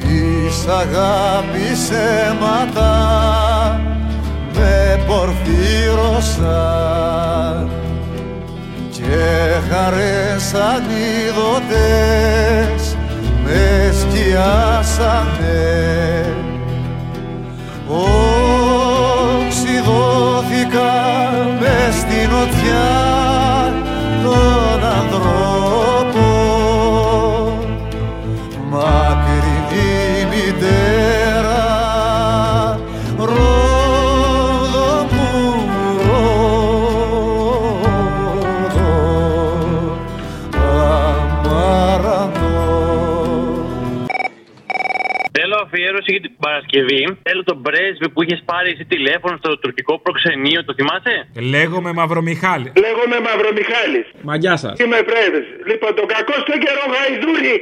της αγάπης αίματα με πορφύρωσαν και χαρές ανίδωτες με σκιάσανε οξυδόθηκα με στην οτιά των ανθρώπων μακρινή μητέρα Ρόδο μου Ρόδο αμαραντό Θέλω αφιέρωση για την Παρασκευή. Θέλω τον πρέσβη που είχες πάρει εσύ τηλέφωνο στο τουρκικό προξενείο, το θυμάσαι? Λέγομαι Μαυρομιχάλη. Λέγομαι Μαυρομιχάλης. Μαγιά σας. Είμαι πρέσβης. Λοιπόν, τον κακό στον καιρό γαϊδούρι.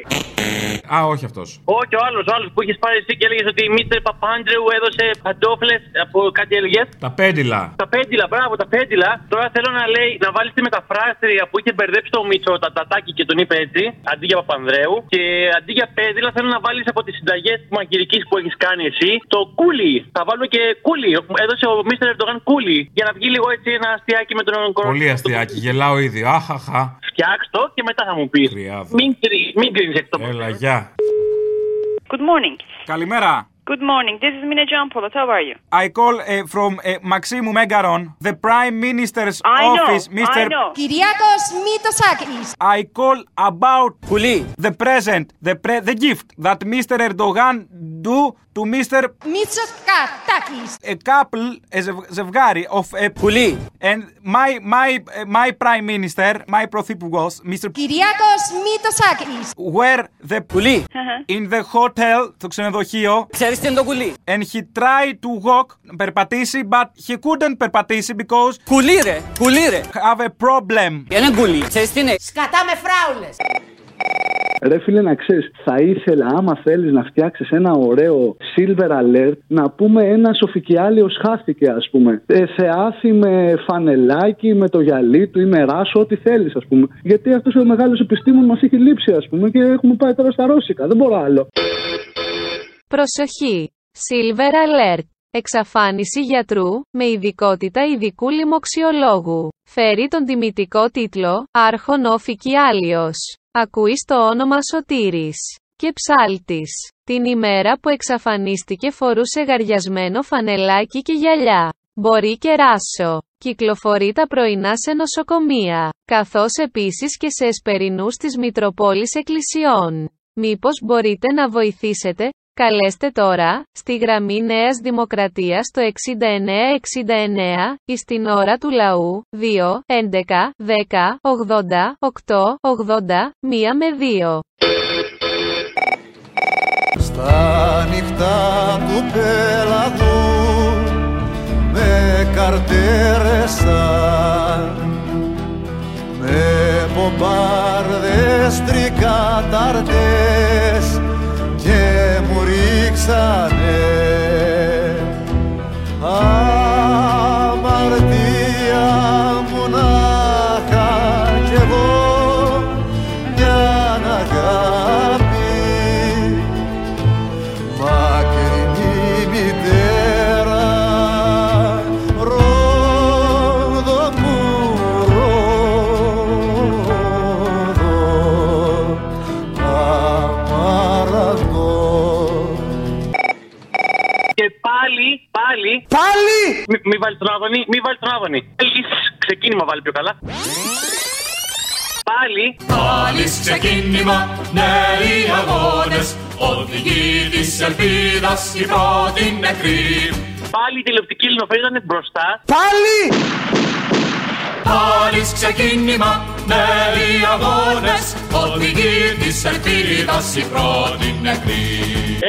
Α, όχι αυτός. Όχι, ο άλλος ο άλλος που είχες πάρει εσύ και έλεγες ότι η Μίστερ Παπάντρεου έδωσε παντόφλες από κάτι έλεγες. Τα πέντιλα. Τα πέντυλα, μπράβο, τα πέντυλα. Τώρα θέλω να λέει, να βάλεις τη μεταφράστρια που είχε μπερδέψει το Μίτσο τα τατάκι και τον είπε έτσι, αντί για Παπανδρέου. Και αντί για πέντυλα, θέλω να βάλεις από τις συνταγές μαγειρικής που έχεις κάνει εσύ το κούλι. Θα βάλουμε και κούλι. Έδωσε ο Μίστερ Ερντογάν κούλι. Για να βγει λίγο έτσι ένα αστείακι με τον κορονοϊό. Πολύ αστείακι. Γελάω ήδη. Αχαχα. Φτιάξ' το και μετά θα μου πεις. Κρυάδο. Μην, κρι- μην κρίνεις εκ των Έλα, γεια. Good morning. Καλημέρα. Good morning. This is Mina Jampolot. How are you? I call uh, from uh, Maximu Megaron, the Prime Minister's I office, know. Mr. I know. Κυριάκος Μητοσάκης. I call about the present, the pre- the gift that Mr. Erdogan do to Mr. Μητσοκατάκης. a couple, a ζευ- ζευγάρι of a Puli. And my my uh, my prime minister, my πρωθυπουργός, Mr. Κυριάκος Μητοσάκης. were the Puli in the hotel, το ξενοδοχείο. Ξέρεις τι είναι το κουλί. And he tried to walk, περπατήσει, but he couldn't περπατήσει because Κουλί ρε, κουλί ρε. have a problem. Είναι κουλί. Ξέρεις τι είναι. Σκατά με φράουλες. Ρε φίλε να ξέρεις, θα ήθελα άμα θέλεις να φτιάξεις ένα ωραίο silver alert να πούμε ένα σοφικιάλιος χάθηκε ας πούμε. Ε, θεάθη με φανελάκι, με το γυαλί του ή με ράσο, ό,τι θέλεις ας πούμε. Γιατί αυτός ο μεγάλος επιστήμον μας έχει λείψει ας πούμε και έχουμε πάει τώρα στα ρώσικα, δεν μπορώ άλλο. Προσοχή! Silver Alert. Εξαφάνιση γιατρού, με ειδικότητα ειδικού λοιμοξιολόγου. Φέρει τον τιμητικό τίτλο, Άρχον Όφικη Άλιος. Ακούει το όνομα Σωτήρης. Και ψάλτης. Την ημέρα που εξαφανίστηκε φορούσε γαριασμένο φανελάκι και γυαλιά. Μπορεί και ράσο. Κυκλοφορεί τα πρωινά σε νοσοκομεία. Καθώς επίσης και σε εσπερινούς της Μητροπόλης Εκκλησιών. Μήπως μπορείτε να βοηθήσετε, Καλέστε τώρα, στη γραμμή Νέας Δημοκρατίας το 6969, εις την ώρα του λαού, 2, 11, 10, 80, 8, 80, 1 με 2. Στα νυχτά του πέλαδου με καρτέρεσαν με μπομπάρδες τρικαταρτές και μου ρίξανε αμαρτία μονάχα κι εγώ μια αγάπη μακρινή μητέρα Ρόδο μου Ρόδο αμαραντό Και πάλι, πάλι. Πάλι! Μη, μη βάλεις τον άδωνη, μη βάλεις τον άδωνη. Θέλεις ξεκίνημα βάλει πιο καλά. Πάλι. Πάλις ξεκίνημα, νέοι αγώνες Οδηγή της ελπίδας, η πρώτη νεκρή Πάλι η τηλεοπτική λινοφέρα ήταν μπροστά. Πάλι! Πάλις ξεκίνημα, νέοι αγώνες Οδηγή της ελπίδας, η πρώτη νεκρή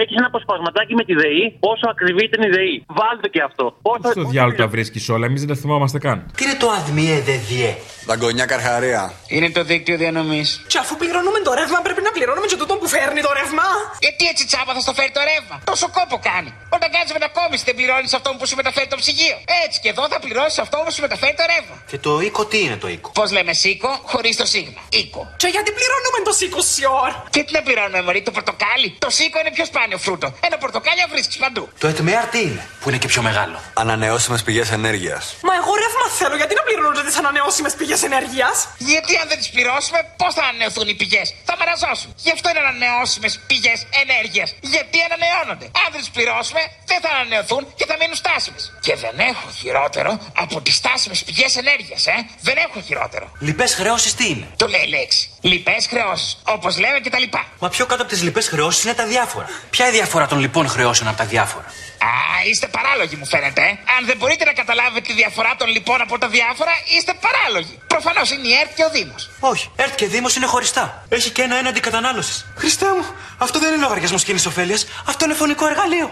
Έχεις ένα αποσπασματάκι με τη ΔΕΗ. Πόσο ακριβή ήταν η ΔΕΗ. Βάλτε και αυτό. Πόσο Στο διάλογο τα βρίσκεις όλα, εμείς δεν τα θυμόμαστε καν. Τι είναι το αδμιέ δε διέ. Δαγκονιά καρχαρία Είναι το δίκτυο διανομής. Και αφού πληρώνουμε το ρεύμα πρέπει να πληρώνουμε και τούτον που φέρνει το ρεύμα. Γιατί έτσι τσάμπα θα στο φέρει το ρεύμα. Τόσο κόπο κάνει. Όταν κάνεις μετακόμιση δεν πληρώνεις αυτόν που σου μεταφέρει το ψυγείο. Έτσι και εδώ θα πληρώσεις αυτόν που σου μεταφέρει το ρεύμα. Και το οίκο τι είναι το οίκο. Πώς λέμε σίκο, χωρίς το σίγμα. Οίκο. Και γιατί πληρώνουμε το σίκο, Σιόρ. Και τι να πληρώνουμε, Μωρή, το πορτοκάλι. Το σίκο είναι πιο σπάνιο φρούτο. Ένα πορτοκάλι βρίσκει παντού. Το ΕΤΜΕΑΡ τι είναι, που είναι και πιο μεγάλο. Ανανεώσιμες πηγές ενέργειας. Μα εγώ ρεύμα θέλω, γιατί να πληρώνονται τις ανανεώσιμες πηγές ενέργειας. Γιατί αν δεν τις πληρώσουμε, πώς θα ανανεωθούν οι πηγές. Θα μαραζώσουν. Γι' αυτό είναι ανανεώσιμες πηγές ενέργειας. Γιατί ανανεώνονται. Αν δεν τις πληρώσουμε, δεν θα ανανεωθούν και θα μείνουν στάσιμες. Και δεν έχω χειρότερο από τις στάσιμες πηγές ενέργειας, ε. Δεν έχω χειρότερο. Λοιπέ χρεώσεις τι είναι. Το λέει η λέξη. Λοιπέ χρεώσεις. Όπως λέμε και τα λοιπά. Μα πιο κάτω από τις λοιπέ χρεώσεις είναι τα διάφορα. Ποια είναι η διαφορά των λοιπών χρεώσεων από τα διάφορα. Α, είστε παράλογοι μου φαίνεται. ε. Αν δεν μπορείτε να καταλάβετε τη διαφορά των λοιπόν από τα διάφορα, είστε παράλογοι. Προφανώς είναι η ΕΡΤ και ο Δήμος. Όχι, ΕΡΤ και Δήμος είναι χωριστά. Έχει και ένα έναντι κατανάλωσης. Χριστέ μου, αυτό δεν είναι λογαριασμό κοινής ωφέλειας, αυτό είναι φωνικό εργαλείο.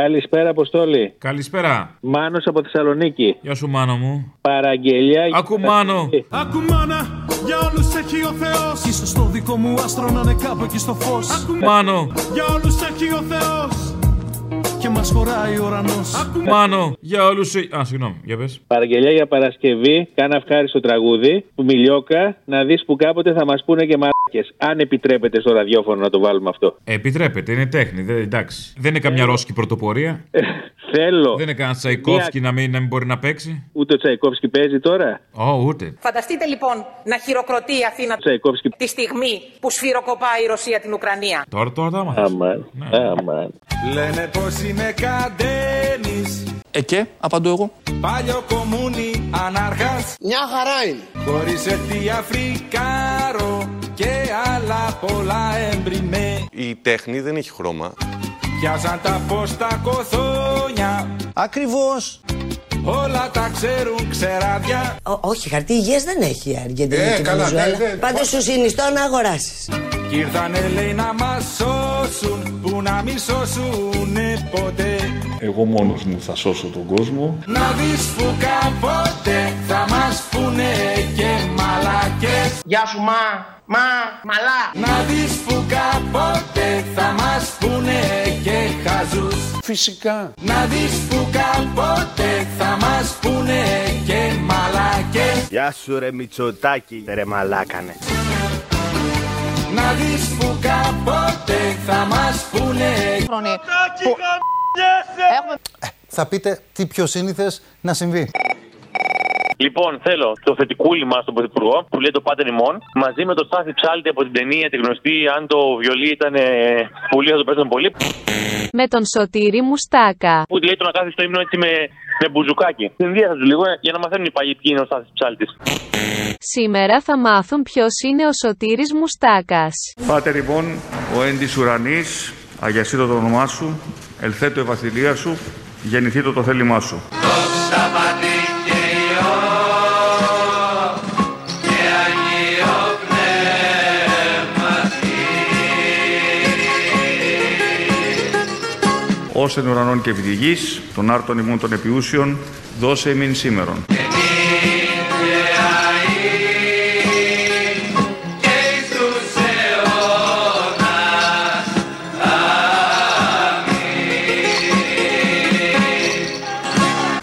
Καλησπέρα, Αποστόλη. Καλησπέρα. Μάνος από Θεσσαλονίκη. Γεια σου, Μάνο μου. Παραγγελιά. Ακού, Μάνο. Ακού, Μάνα, για όλους έχει ο Θεός Ίσως το δικό μου άστρο να είναι κάπου εκεί στο φως Μάνο. Για όλους έχει ο Θεός Και μας χωράει ο ουρανός Μάνο. Για όλους. Α, συγγνώμη, για πες. Παραγγελιά για Παρασκευή. Κάνα ευχάριστο τραγούδι. Που μιλιόκα. Να δεις που κάποτε θα μας πούνε και μαλάκε. Αν επιτρέπετε στο ραδιόφωνο να το βάλουμε αυτό. Επιτρέπεται, είναι τέχνη. Δεν, εντάξει. Δεν είναι καμιά ρώσικη πρωτοπορία. Θέλω. Δεν είναι κανένα Τσαϊκόφσκι να, μην, να μην μπορεί να παίξει. Ούτε ο Τσαϊκόφσκι παίζει τώρα. Ω, ούτε. Φανταστείτε λοιπόν να χειροκροτεί η Αθήνα Τσαϊκόφσκι. τη στιγμή που σφυροκοπάει η Ρωσία την Ουκρανία. Τώρα, τώρα τα μάθα. Αμάν. Αμάν. Λένε πως είμαι καντένης Ε, και, απαντώ εγώ. Παλιό κομμούνι ανάρχας Μια χαρά είναι Χωρίς έτσι αφρικάρο Και άλλα πολλά εμπριμέ Η τέχνη δεν έχει χρώμα. Πιάσαν τα φως τα κοθόνια Ακριβώς Όλα τα ξέρουν ξεράδια Ό, όχι, χαρτί υγείας δεν έχει η Αργεντινή Ε, και η καλά, Βενεζουέλα. ναι, ναι. Πάντως σου συνιστώ να αγοράσεις. Κι ήρθανε λέει να μας σώσουν Που να μη σώσουνε ποτέ Εγώ μόνος μου θα σώσω τον κόσμο. Να δεις φουκά πότε θα μας πούνε και μαλακές Γεια σου μα, μα, μαλά Να δεις φουκά πότε θα μας πούνε και χαζούς Φυσικά Να δεις φουκά πότε θα μας πούνε και μαλακές Γεια σου ρε Μητσοτάκη, ρε μαλάκανε. Να δεις φουκά πότε θα μας πούνε Που- Ε, Θα πείτε τι πιο σύνηθες να συμβεί. Λοιπόν, θέλω το θετικούλι μας τον Πρωθυπουργό που λέει το Πάτερ ημών μαζί με τον Στάθη Ψάλτη από την ταινία τη γνωστή. Αν το βιολί ήταν ε, πολύ, θα το παίζαν πολύ. Με τον Σωτήρη Μουστάκα. Που λέει το να κάθεσαι στο ύμνο έτσι με, με μπουζουκάκι. Συνδύασα του λίγο ε, για να μαθαίνουν οι παλιοί ποιοι είναι ο Στάθης Ψάλτης. Σήμερα θα μάθουν ποιος είναι ο Σωτήρης Μουστάκας. Πάτε λοιπόν, ο έντης ουρανής, αγιασίτω το όνομά σου, ελθέτω η βασιλεία σου, γεννηθήτω το θέλημά σου. Ως εν ουρανών και επιδηγής, των άρτων ημών των επιούσιων, δώσε ημίν σήμερον.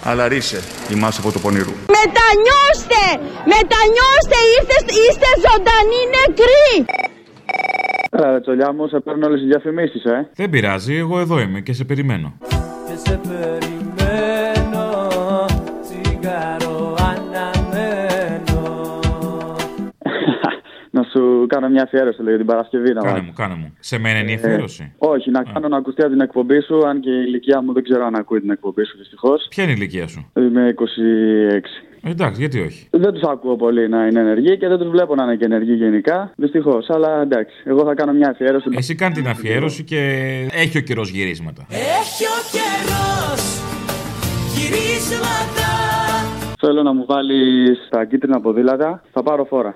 Αλλά ρίσε ημάς από το πονηρού. Μετανιώστε! Μετανιώστε! Είστε, είστε ζωντανοί νεκροί! Καλά, ρε τσολιά μου, σε παίρνω όλες τις διαφημίσεις, ε. Δεν πειράζει, εγώ εδώ είμαι και σε περιμένω. Και σε περιμένω τσιγάρο αναμένω Να σου κάνω μια αφιέρωση, λέω, για την Παρασκευή να Κάνε βάλεις. μου, κάνε μου. Σε μένα είναι η Ε, αφιέρωση. όχι, να κάνω να ακουστεί από την εκπομπή σου, αν και η ηλικία μου δεν ξέρω αν ακούει την εκπομπή σου, δυστυχώς. Ποια είναι η ηλικία σου. Είμαι 26. Εντάξει, γιατί όχι. Δεν τους ακούω πολύ να είναι ενεργοί και δεν τους βλέπω να είναι και ενεργοί γενικά. Δυστυχώς, αλλά εντάξει. Εγώ θα κάνω μια αφιέρωση. Εσύ κάνει την αφιέρωση και έχει ο καιρός γυρίσματα. Έχει ο καιρός γυρίσματα Θέλω να μου βάλεις τα κίτρινα ποδήλατα. Θα πάρω φόρα.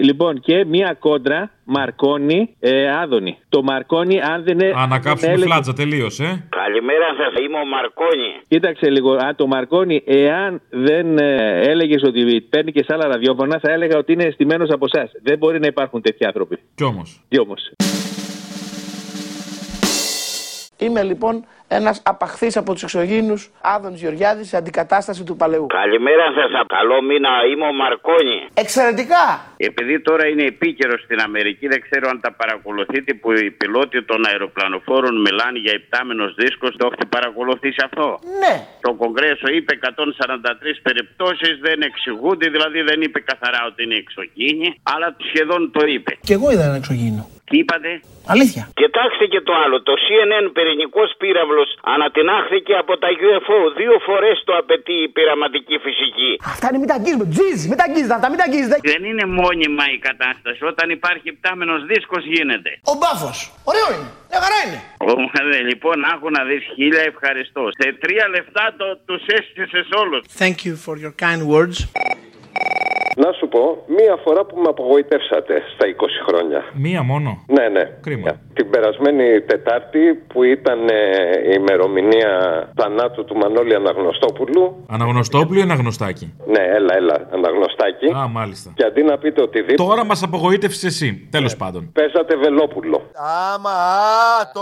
Λοιπόν, και μία κόντρα Μαρκόνι ε, Άδωνη. Το Μαρκόνι, αν δεν είναι. Ανακάψουμε φλάτζα, ε. τελείωσε. Καλημέρα σας, είμαι ο Μαρκόνη. Κοίταξε λίγο, αν το Μαρκόνι, εάν δεν ε, έλεγες ότι παίρνει και σε άλλα ραδιόφωνα, θα έλεγα ότι είναι αισθημένος από εσάς. Δεν μπορεί να υπάρχουν τέτοιοι άνθρωποι. Κι όμως. Κι όμως. Είμαι λοιπόν ένας απαχθής από τους εξωγήνους Άδων Γεωργιάδης σε αντικατάσταση του παλαιού. Καλημέρα σας, καλό μήνα, είμαι ο Μαρκόνη. Εξαιρετικά! Επειδή τώρα είναι επίκαιρος στην Αμερική, δεν ξέρω αν τα παρακολουθείτε που οι πιλότοι των αεροπλανοφόρων μιλάνε για υπτάμενος δίσκος. Το έχετε παρακολουθήσει αυτό. Ναι. Το Κογκρέσο είπε 143 περιπτώσεις, δεν εξηγούνται, δηλαδή δεν είπε καθαρά ότι είναι εξωγήινη, αλλά σχεδόν το είπε. Και εγώ είδα ένα εξωγήινο. Τι είπατε. Αλήθεια. Κοιτάξτε και το άλλο. Το CNN πυρηνικός πύραυλος ανατινάχθηκε από τα UFO. Δύο φορές το απαιτεί η πειραματική φυσική. Αυτά είναι μην τα αγγίζουμε. Τζιζ, μην τα αγγίζετε αυτά, μην τα αγγίζετε. Δεν είναι μόνιμα η κατάσταση. Όταν υπάρχει πτάμενος δίσκος γίνεται. Ο μπάφος. Ωραίο είναι. Μια χαρά είναι. Ω, δε, λοιπόν, άκου να δεις χίλια ευχαριστώς. Σε τρία λεφτά το, τους έστησες όλους. Thank you for your kind words. Να σου πω, μία φορά που με απογοητεύσατε στα 20 χρόνια. Μία μόνο. Ναι, ναι. Κρίμα. Την περασμένη Τετάρτη που ήταν ε, η ημερομηνία θανάτου του Μανώλη Αναγνωστόπουλου. Αναγνωστόπουλο ή αναγνωστάκι. Ναι, έλα, έλα, Αναγνωστάκη. Α, μάλιστα. Και αντί να πείτε οτιδήποτε. Τώρα μας απογοήτευσες εσύ. Τέλος πάντων. Παίζατε Βελόπουλο. Άμα το.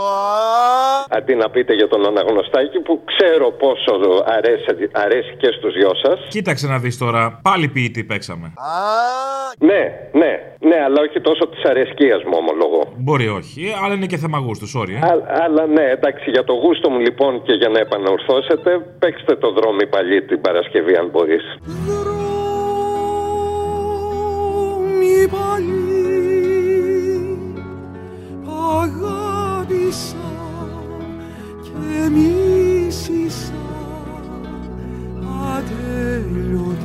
Αντί να πείτε για τον Αναγνωστάκη που ξέρω πόσο αρέσει, αρέσει και στους δυο σας. Κοίταξε να δεις τώρα. Πάλι ποιητή παίξαμε. Ναι, ναι, ναι, αλλά όχι τόσο της αρεσκίας μου ομολογώ. Μπορεί όχι, αλλά είναι και θέμα γούστου, sorry. ε. Α- αλλά ναι, εντάξει, για το γούστο μου λοιπόν και για να επανορθώσετε, παίξτε το δρόμο παλί την Παρασκευή, αν μπορείς. Μη πάλι αγάπησα και μίσησα ατέλειωτα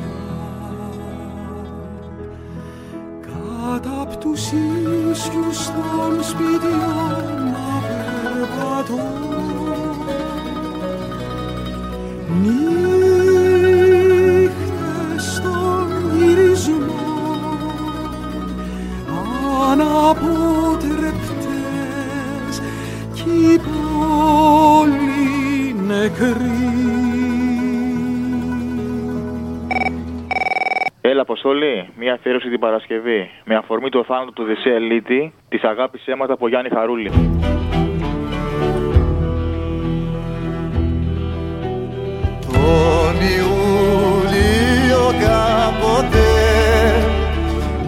κάτω απ' τους ίσιους των σπιτιών να περπατώ νύχτες στον γυρισμό αναποτρεπτές κι η πόλη νεκρή. Έλα, Αποστολή, μία αφιέρωση την Παρασκευή. Με αφορμή το θάνατο του Δησέα Ελίτη, της αγάπης αίματα από Γιάννη Χαρούλη. Τον Ιούλιο κάποτε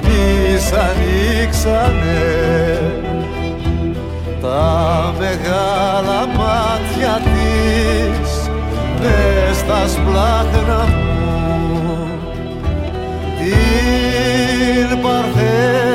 τις ανοίξανε τα μεγάλα μάτια της μες στα σπλάχνα μου την Παρθένα